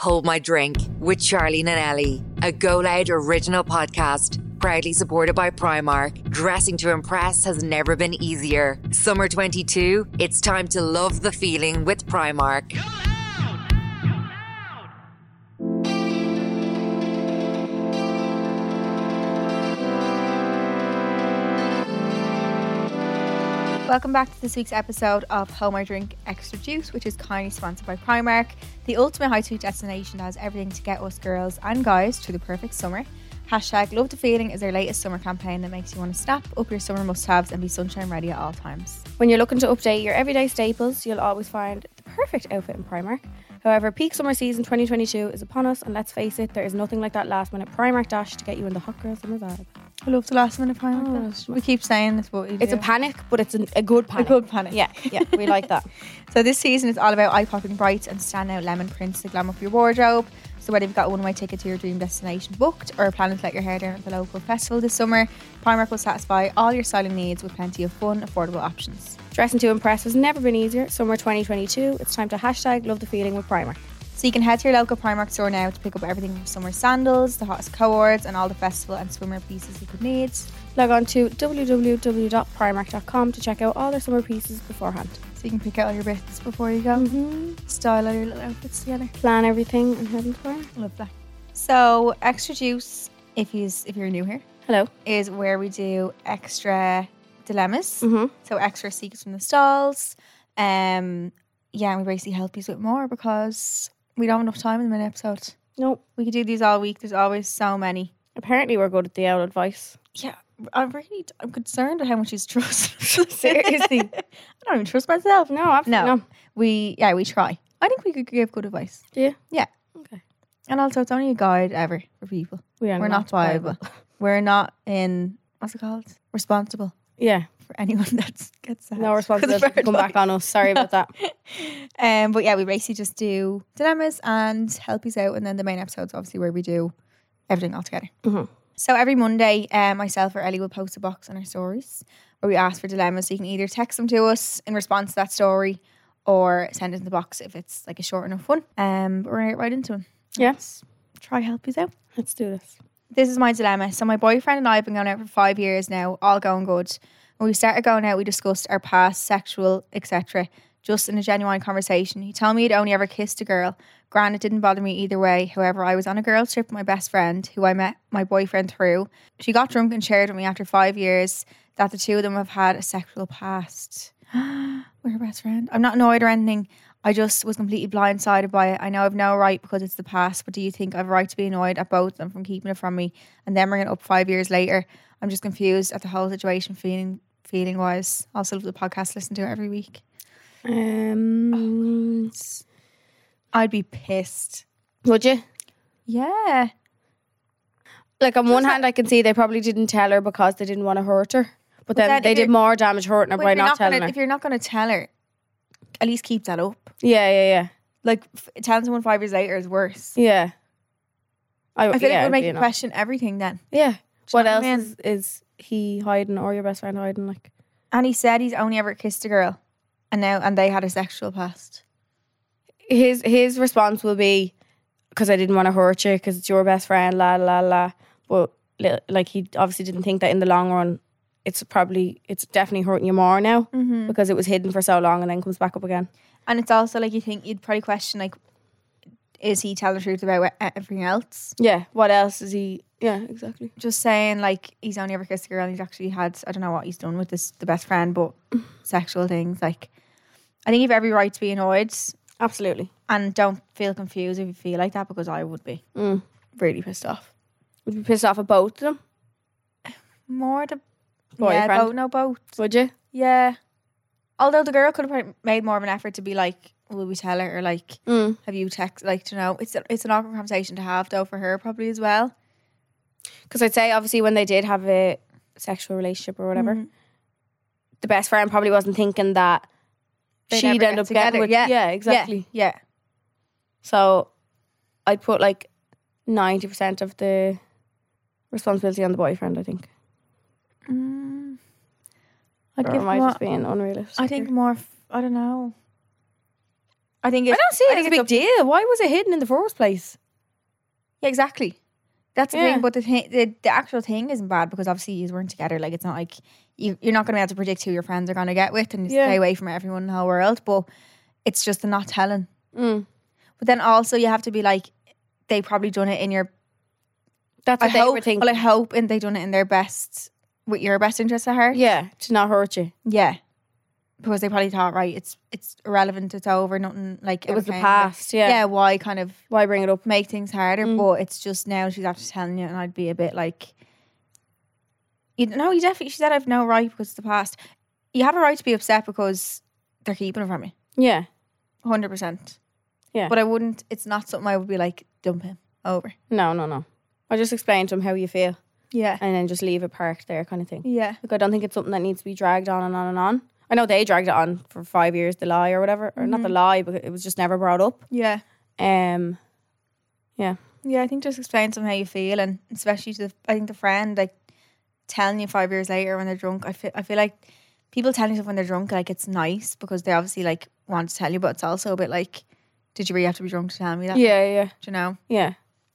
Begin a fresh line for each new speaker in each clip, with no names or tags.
Hold My Drink with Charlene and Ellie, a Go Loud original podcast. Proudly supported by Primark. Dressing to impress has never been easier. Summer 22, it's time to love the feeling with Primark.
Welcome back to this week's episode of Home I Drink Extra Juice, which is kindly sponsored by Primark, the ultimate high street destination that has everything to get us girls and guys to the perfect summer. Hashtag Love the Feeling is their latest summer campaign that makes you want to snap up your summer must haves and be sunshine ready at all times.
When you're looking to update your everyday staples, you'll always find the perfect outfit in Primark. However, peak summer season 2022 is upon us, and let's face it, there is nothing like that last minute Primark dash to get you in the hot girl summer vibe.
I love the last minute Primark.
Oh,
though.
it's-
we keep saying that's what we
It's
do.
a panic, but it's an, a good
A
panic.
good panic.
Yeah, yeah, we like that.
So this season is all about eye-popping brights and standout lemon prints to glam up your wardrobe. So whether you've got a one-way ticket to your dream destination booked or planning to let your hair down at the local festival this summer, Primark will satisfy all your styling needs with plenty of fun, affordable options.
Dressing to impress has never been easier. Summer 2022, it's time to hashtag love the feeling with Primark.
So you can head to your local Primark store now to pick up everything from summer sandals, the hottest cohorts, and all the festival and swimmer pieces you could need.
Log on to www.primark.com to check out all their summer pieces beforehand.
So you can pick out all your bits before you go.
Mm-hmm.
Style all your little outfits together.
Plan everything and head into Primark.
Love that. So extra juice, if you if you're new here.
Hello.
is where we do extra dilemmas.
Mhm.
So extra secrets from the stalls. Um, yeah, and we basically help you with more because we don't have enough time in the minute episode.
Nope.
We could do these all week. There's always so many.
Apparently, we're good at the owl advice.
Yeah, I'm really I'm concerned at how much you trust.
Seriously.
I don't even trust myself.
No, I've
No.
no.
We yeah we try. I think we could give good advice.
Yeah.
Yeah.
Okay.
And also, it's only a guide ever for people.
We are
We're not viable. We're not in what's it called? Responsible.
Yeah.
for anyone that's gets that.
No responsibility to come back on us. Sorry about that.
Um, but yeah, we basically just do dilemmas and help us out, and then the main episode's obviously where we do everything all together.
Mhm.
So every Monday, um, myself or Ellie will post a box on our stories where we ask for dilemmas. So you can either text them to us in response to that story, or send it in the box if it's like a short enough one. Um, but we're gonna get right into them.
Yes.
Try help us out.
Let's do this.
This is my dilemma. So my boyfriend and I have been going out for five years now, all going good. When we started going out, we discussed our past, sexual, etc. Just in a genuine conversation. He told me he'd only ever kissed a girl. Granted, it didn't bother me either way. However, I was on a girl trip with my best friend, who I met my boyfriend through. She got drunk and shared with me after five years that the two of them have had a sexual past. We're her best friend. I'm not annoyed or anything. I just was completely blindsided by it. I know I've no right because it's the past, but do you think I've a right to be annoyed at both of them from keeping it from me and then bringing it up five years later? I'm just confused at the whole situation, feeling feeling wise. Also, love the podcast. Listen to it every week. Oh.
Um,
I'd be pissed.
would you?
Yeah,
Like on one hand, I can see they probably didn't tell her because they didn't want to hurt her, but then
then
they
if
did
you're-
more damage hurting her
But
by
if you're
not, telling
gonna, If
her.
you're not going to tell her, at least keep that up.
Yeah, yeah,
Like f- telling someone five years later is worse.
yeah, yeah.
I feel
yeah,
like it
I'd
would make
be
you
annoyed.
question everything then.
Yeah. What
know
else
what I mean?
is, is he hiding or your best friend hiding? Like,
And he said he's only ever kissed a girl, and now and they had a sexual past.
his his response will be because I didn't want to hurt you because it's your best friend, la la la. But li- like he obviously didn't think that in the long run, it's probably it's definitely hurting you more now because it was hidden for so long and then comes back up again.
And it's also like you think you'd probably question like, is he telling the truth about e- everything else?
Yeah. What else is he? Yeah, exactly.
Just saying like he's only ever kissed a girl and he's actually had I don't know what he's done with this the best friend, but sexual things like I think you've every right to be annoyed
Absolutely.
and don't feel confused if you feel like that because I would be
Mm.
really pissed off.
Would you be pissed off at both of them?
More the
Boyfriend.
yeah, both, no both.
Would you?
Yeah. Although the girl could have probably made more of an effort to be like, will we tell her or like
Mm.
have you text like to know it's a, it's an awkward conversation to have though for her probably as well.
Because I'd say obviously when they did have a sexual relationship or whatever, the best friend probably wasn't thinking that
They'd
she'd
never
end
get
up
together.
getting with.
Yeah.
yeah,
Yeah,
exactly.
Yeah,
So I'd put like 90% of the responsibility on the boyfriend, I think.
I'd
Or
give
am I
more,
just being unrealistic?
I think
here?
more. f- I don't know. I think it's,
I don't see it
think
as a
it's
big deal. Why was it hidden in the first place?
Yeah, exactly. That's the
Yeah.
thing. But the, thi- the the actual thing isn't bad because obviously you weren't together. Like it's not like you you're not going to be able to predict who your friends are going to get with and you
Yeah.
stay away from everyone in the whole world. But it's just the not telling.
Mm.
But then also you have to be like they probably done it in your.
That's
I
what they
hope.
were thinking.
Well, I hope and they done it in their best with your best interest at heart.
yeah, to not hurt you.
Yeah. Because they probably thought, right, it's it's irrelevant, it's over, nothing like
It was the
everything.
past. Yeah.
Yeah. why kind of
Why bring it up?
make things harder?
Mm.
But it's just now she's after telling you, and I'd be a bit like, you know, you definitely. She said I've no right because it's the past. You have a right to be upset because they're keeping it from you,
Yeah.
hundred percent.
Yeah.
But I wouldn't. It's not something I would be like dump him over.
No, no, no. I just explain to him how you feel
Yeah.
and then just leave it parked there, kind of thing.
Yeah.
Like, I don't think it's something that needs to be dragged on and on and on. I know they dragged it on for five years, the lie or whatever, or not the lie, but it was just never brought up.
Yeah.
Um,
Yeah, I think just explain to them how you feel, and especially to the, I think the friend like telling you five years later when they're drunk. I feel I feel like people telling you stuff when they're drunk like it's nice because they obviously like want to tell you, but it's also a bit like, did you really have to be drunk to tell me that?
yeah, yeah,
Do you know
yeah.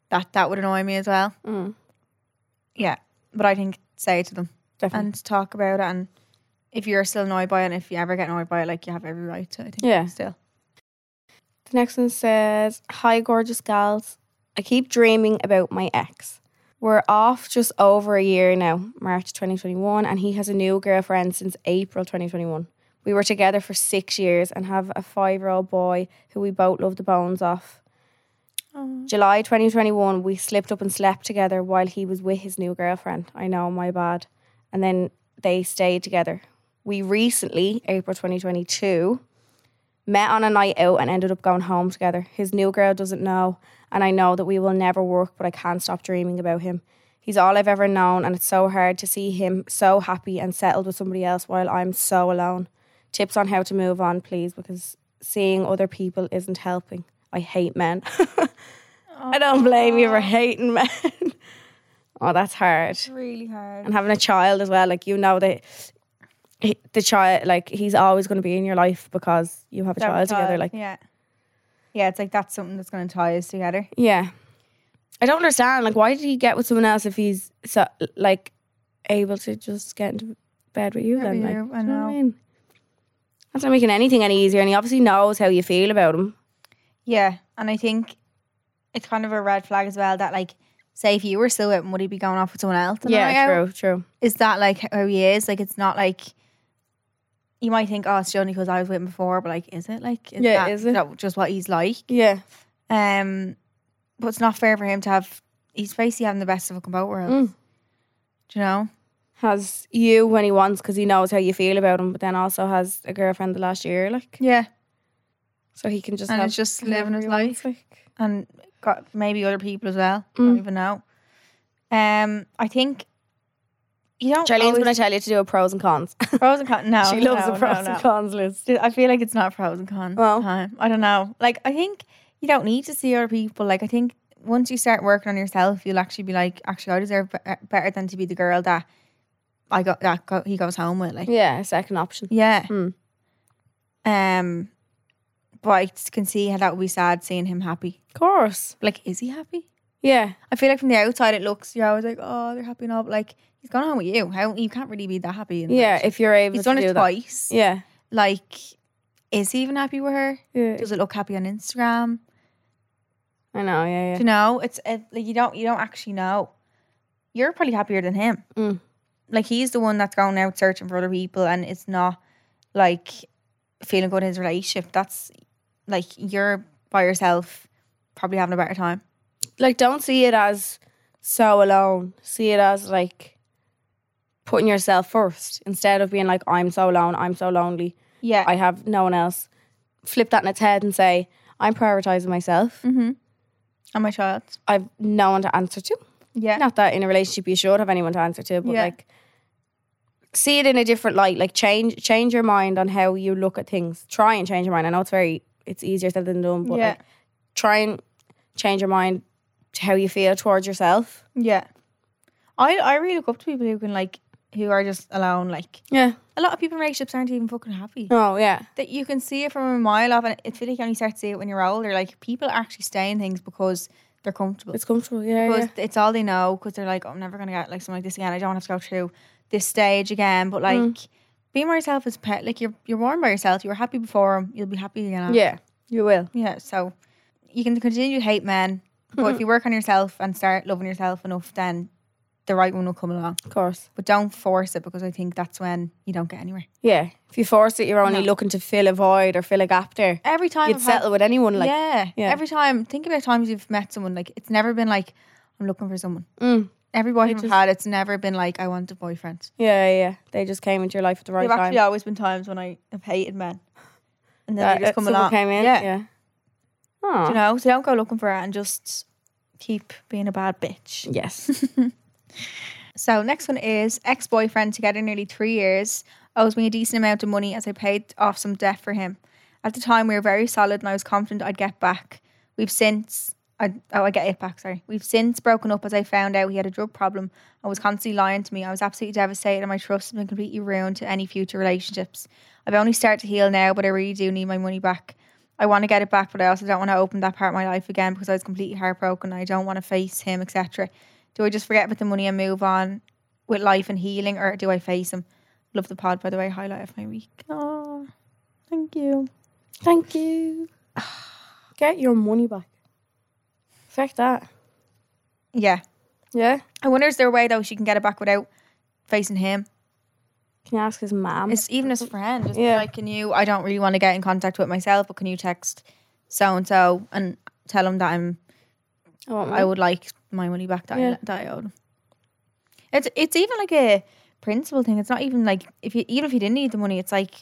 that that would annoy me as well.
Mm,
Yeah, but I think say it to them
definitely.
and talk about it, and if you're still annoyed by it, and if you ever get annoyed by it, like you have every right to. I think
Yeah.
still.
The next one says, Hi, gorgeous gals. I keep dreaming about my ex. We're off just over a year now, March 2021, and he has a new girlfriend since April 2021. We were together for six years and have a five year old boy who we both love the bones off. July 2021, we slipped up and slept together while he was with his new girlfriend. I know, my bad. And then they stayed together. We recently, April 2022, met on a night out and ended up going home together. His new girl doesn't know, and I know that we will never work, but I can't stop dreaming about him. He's all I've ever known, and it's so hard to see him so happy and settled with somebody else while I'm so alone. Tips on how to move on, please, because seeing other people isn't helping. I hate men. I don't blame you for hating men. oh, that's hard
Really hard.
and having a child as well like you know that he- the child like he's always going to be in your life because you have a child together like
yeah, yeah. It's like that's something that's going to tie us together.
yeah i don't understand like why did he get with someone else if he's so like able to just get into bed with you then
Maybe
like
you- I
do you what
know.
mean? that's not making anything any easier and he obviously knows how you feel about him
Yeah, and I think it's kind of a red flag as well that like, say if you were still with him, would he be going off with someone else? on the night out?
true true
Is that like how he is? Like, it's not like you might think, oh, it's only because I was with him before, but like, is it like, is
Yeah,
that,
is it?
that just what he's like?
yeah
Um, but it's not fair for him to have. He's basically having the best of a both worlds.
Mm.
Do you know?
has you when he wants because he knows how you feel about him but then also has a girlfriend the last year like
Yeah,
so he can just
and
have
it's just
whoever
living his
he
life.
wants, like.
and got maybe other people as well.
Mm.
Don't even know. Um, I think you don't.
Charlene's
always-
going to tell you to do a pros and cons.
pros and cons. No,
she loves
no,
the pros
no, no.
and cons list.
I feel like it's not pros and cons.
Well.
time. I don't know. Like I think you don't need to see other people. Like I think once you start working on yourself, you'll actually be like, actually, I deserve be- eh, better than to be the girl that I got that go- he goes home with. Like
Yeah, second option.
yeah.
Mm.
Um, but I just can see how that would be sad seeing him happy.
Of course.
Like, is he happy?
Yeah.
I feel like from the outside it looks you're always like, oh, they're happy now. But like he's gone home with you. How you can't really be that happy. in
Yeah,
that.
if you're able
he's
to
done
do
it
that.
twice.
Yeah.
Like, is he even happy with her?
yeah.
Does it look happy on Instagram?
I know, yeah,
Do
yeah.
you know? It's it, like you don't you don't actually know. You're probably happier than him.
Mm.
Like he's the one that's going out searching for other people, and it's not like feeling good in his relationship. That's like you're by yourself, probably having a better time.
Like, don't see it as so alone. See it as like putting yourself first instead of being like, I'm so alone, I'm so lonely,
Yeah,
I have no one else. Flip that in its head and say, I'm prioritizing myself.
Mm. and my child.
I've no one to answer to.
Yeah,
not that in a relationship you should have anyone to answer to, but
Yeah.
like see it in a different light. Like change change your mind on how you look at things. Try and change your mind. I know it's very it's easier said than done, but
Yeah.
like try and change your mind to how you feel towards yourself.
Yeah. I I really look up to people who can like who are just alone. Like
Yeah.
a lot of people in relationships aren't even fucking happy.
Oh yeah.
That you can see it from a mile off, and I feel like you only start to see it when you're older. Like people actually stay in things because they're comfortable.
It's comfortable. Yeah.
because
yeah.
it's all they know because they're like, oh, I'm never going to get like something like this again. I don't have to go through this stage again.
Mm.
But like, being by yourself is pet. Like you're you're warm by yourself. You were happy before 'em, You'll be happy again. after.
Yeah. You will.
Yeah. So you can continue to hate men, but if you work on yourself and start loving yourself enough, then the right one will come along.
Of course.
But don't force it because I think that's when you don't get anywhere.
Yeah. If you force it, you're only looking to fill a void or fill a gap there.
Every time
You'd
I've had-
settle with anyone. Like
yeah,
yeah.
Every time, think about times you've met someone. Like it's never been like I'm looking for someone.
Mm.
Every boyfriend I've had, it's never been like I want a boyfriend.
yeah, yeah, yeah. They just came into your life at the right
There've
time.
actually always been times when I have hated men, and then
That-
they just come
Uh, someone
along.
Came in.
yeah.
Yeah.
Do
Oh.
you know, so don't go looking for it and just keep being a bad bitch.
Yes.
So next one is ex-boyfriend together nearly three years owes me a decent amount of money as I paid off some debt for him. At the time, we were very solid, and I was confident I'd get back. We've since. I, oh, I get it back. Sorry. We've since broken up as I found out he had a drug problem and was constantly lying to me. I was absolutely devastated, and my trust has been completely ruined to any future relationships. I've only started to heal now, but I really do need my money back. I want to get it back, but I also don't want to open that part of my life again because I was completely heartbroken. I don't want to face him, etc. Do I just forget about the money and move on with life and healing, or do I face him? Love the pod, by the way. Highlight of my week. Oh, thank you.
Thank you. Get your money back. Fuck that.
Yeah.
Yeah.
I wonder is there a way though she can get it back without facing him?
Can you ask his mom?
It's even his friend. Just be
Yeah.
Like, can you? I don't really want to get in contact with myself, but can you text so and so and tell him that I'm
I want
I would like my money back that,
Yeah.
I, that I owed. him." It's it's even like a principle thing. It's not even like if you even if you didn't need the money, it's like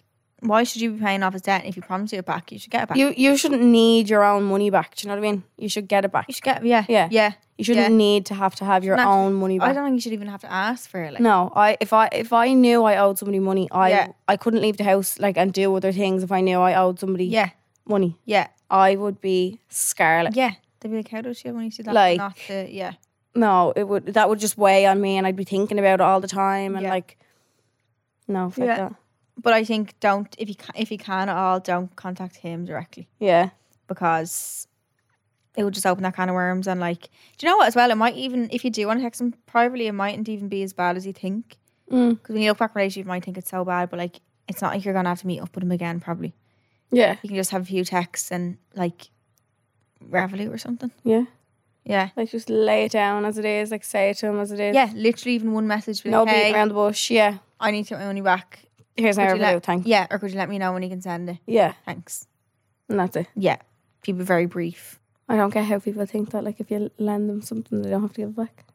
why should you be paying off his debt? And if you promise you it back, you should get it back.
You you shouldn't need your own money back. Do you know what I mean? You should get it back.
You should get yeah
Yeah.
yeah.
You shouldn't
yeah.
need to have to have your
Not-
own money
I
back.
don't think you should even have to ask for it. Like,
No, I if I if I knew I owed somebody money, I
Yeah.
I couldn't leave the house like and do other things if I knew I owed somebody
Yeah,
money.
yeah,
I would be scarlet.
yeah. They'd be like, how does she have money to do that?
Like-
not the yeah.
No, it would that would just weigh on me and I'd be thinking about it all the time and
Yeah.
like no, fuck
Yeah.
that.
But I think don't if you can, if you can at all, don't contact him directly
Yeah.
because it would just open that kind of worms. And like, do you know what? As well, it might even if you do want to text him privately, it mightn't even be as bad as you think.
Mm.
Because when you look back, at relationship, you might think it's so bad, but like, it's not like you're gonna have to meet up with him again. Probably
Yeah.
you can just have a few texts and like, reveille or something.
Yeah.
Yeah,
Like just lay it down as it is, like say it to him as it is.
yeah. Literally, even one message. be
No
Like,
beat
hey,
around the bush. Yeah.
I need to get my money back.
Here's my
Could you
overdue,
let-
thank you.
Yeah, or could you let me know when you can send it?
Yeah.
Thanks.
And that's it.
Yeah, keep it very brief.
I don't get how people think that like if you lend them something they don't have to give it back.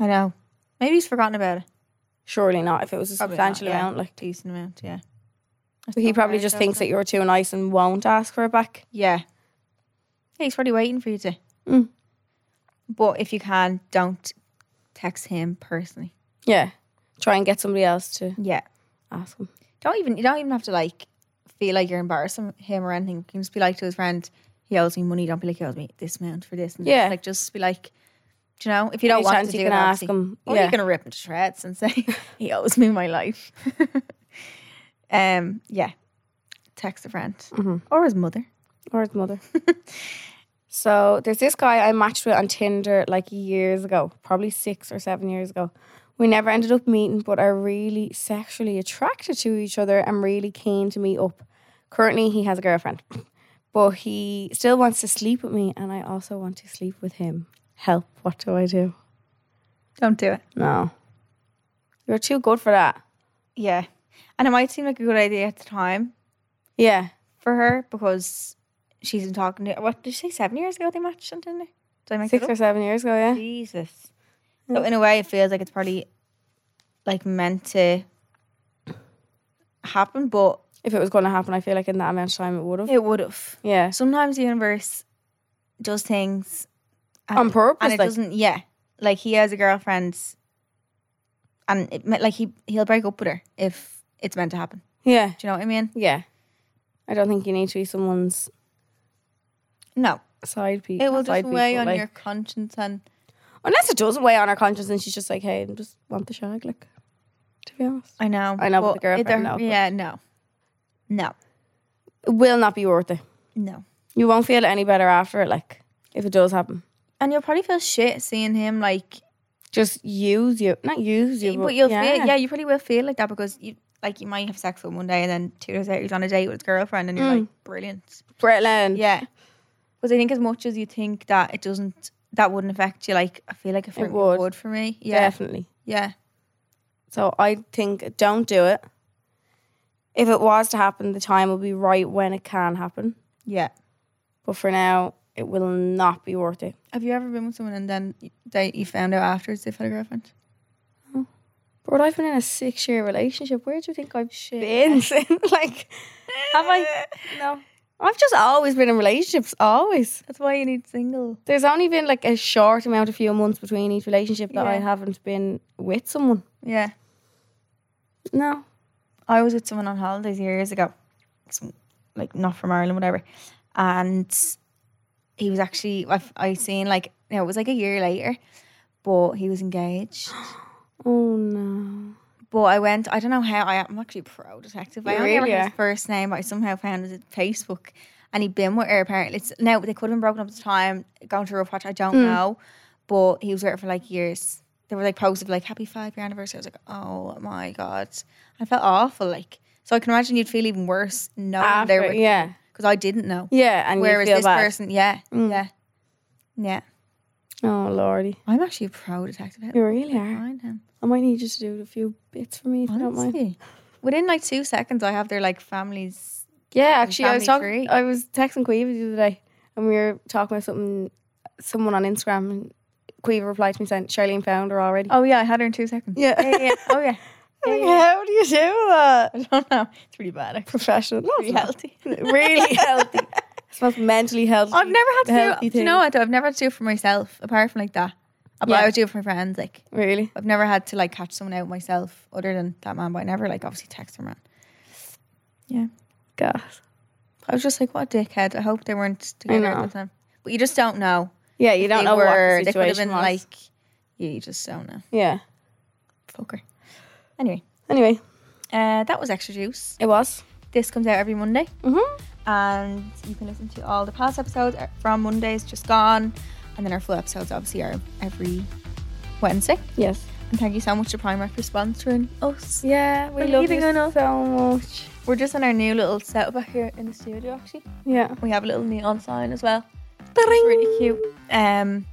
I know. Maybe he's forgotten about it.
Surely not if it was a
Probably
substantial
not, yeah.
amount. Like
Decent amount, yeah.
But he probably just thinks that you're too nice and won't ask for it back.
Yeah. Yeah, he's probably waiting for you to.
Mm.
But if you can, don't text him personally.
Yeah. Try and get somebody else to
Yeah.
ask him.
Don't even you don't even have to like feel like you're embarrassing him or anything. You can just be like to his friend, he owes me money. Don't be like he owes me this amount for this. And this."
Yeah.
Like just be like, do you know, if you don't
Any
want
chance
to
you
do
can
it,
ask
obviously-
him,
Or
yeah.
you can rip him to shreds and say he owes me my life. um. Yeah. Text a friend
Mm-hmm.
or his mother.
Or his mother. so there's this guy I matched with on Tinder like years ago, probably six or seven years ago. We never ended up meeting, but are really sexually attracted to each other and really keen to meet up. Currently, he has a girlfriend, but he still wants to sleep with me, and I also want to sleep with him. Help, what do I do?
Don't do it.
No. You're too good for that.
Yeah. And it might seem like a good idea at the time
Yeah.
for her because she's been talking to what did you say seven years ago they matched on Tinder? Did I make
Six
that
or
up?
seven years ago, yeah.
Jesus. So in a way it feels like it's probably like meant to happen, but
If it was going to happen, I feel like in that amount of time it would have.
it would have.
Yeah.
Sometimes the universe does things and-
On purpose,
and it
like-
doesn't yeah. Like he has a girlfriend and it meant like he he'll break up with her if it's meant to happen.
Yeah.
Do you know what I mean?
Yeah. I don't think you need to be someone's
No.
side piece.
It will
side
just
piece,
weigh
but,
on
like-
your conscience and
Unless it does weigh on her conscience and she's just like, hey, I just want the shag. Like, to be honest.
I know.
I know,
but
but the girlfriend,
either-
no, but-
Yeah, no. No.
It will not be worth it.
No.
You won't feel any better after it, like, if it does happen.
And you'll probably feel shit seeing him like
Just use you. Not use you, but,
but you'll feel yeah, you probably will feel like that because you like you might have sex with him one day and then two days later he's on a date with his girlfriend and you're
Mm.
like, brilliant.
Britland.
Yeah. Because I think as much as you think that it doesn't that wouldn't affect you, like I feel like it, it
would.
would. for me. Yeah.
Definitely.
Yeah.
So I think don't do it. If it was to happen, the time will be right when it can happen.
Yeah.
But for now, it will not be worth it.
Have you ever been with someone and then they you found out afterwards they've had a girlfriend?
But I've been in a six year relationship. Where do you think I've
Shit.
been? like, have I? No. I've just always been in relationships, always.
That's why you need single.
There's only been like a short amount of few months between each relationship that I
Yeah.
haven't been with someone.
Yeah.
No.
I was with someone on holidays years ago, some, like not from Ireland, whatever, and he was actually I I seen like you know, it was like a year later, but he was engaged.
Oh, no.
But I went. I don't know how. I, I'm actually pro detective. I
You
only ever
really
had
are.
his first name, but I somehow found it at Facebook, and he'd been with her apparently. It's, now they could have been broken up at the time, gone through a patch. I
Hmm.
don't know, but he was with her for like years. There were like posts of like happy five year anniversary. I was like, oh my god, I felt awful. Like so, I can imagine you'd feel even worse knowing they're
After,
with
yeah.
because I didn't know.
Yeah. And
Whereas
you feel
this
bad. Hmm.
person, yeah, yeah, yeah.
Oh, Lordy.
I'm actually a pro detective.
You really are.
Find him.
I might need you to do a few bits for me if you don't mind.
Honestly. Within like two seconds, I have their like families.
Yeah, actually, I was
family
talking.
tree.
I was texting Queeva the other day, and we were talking about something, someone on Instagram, and Queeva replied to me saying, "Charlene found her already."
Oh yeah, I had her in two seconds.
Yeah.
yeah, yeah. Oh yeah.
Like, How do you do that?
I don't know. It's pretty bad. actually.
Professional, no,
Pretty
it's not.
healthy.
really healthy. It's the most mentally healthy.
I've never had to
healthy
do. do you know what? though? I've never had to do it for myself, apart from like that. But
Yeah.
I would do it for my friends. Like
thing. really.
I've never had to like catch someone out myself, other than that man. But I never like obviously text her man. Yeah.
God.
I was just like, what a dickhead. I hope they weren't together at
know.
the time. But you just don't know.
Yeah, you don't
They
know
were-
what the
they could have
situation
been
was.
like. Yeah, you just don't know.
yeah.
Fucker. Anyway,
Anyway,
uh, that was extra juice.
it was.
This comes out every Monday.
Mhm.
and you can listen to all the past episodes uh, from Mondays just gone, and then our full episodes obviously are every Wednesday.
Yes.
And thank you so much to Primark for sponsoring us.
Yeah, we love
leaving
you
on us.
so much.
We're just in our new little setup back here in the studio. Actually,
Yeah.
we have a little neon sign as well. That's really cute. Um,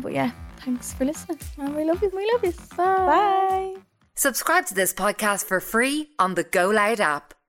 but yeah, thanks for listening.
And we love you. We love you.
Bye.
Subscribe to this podcast for free on the Go Loud app.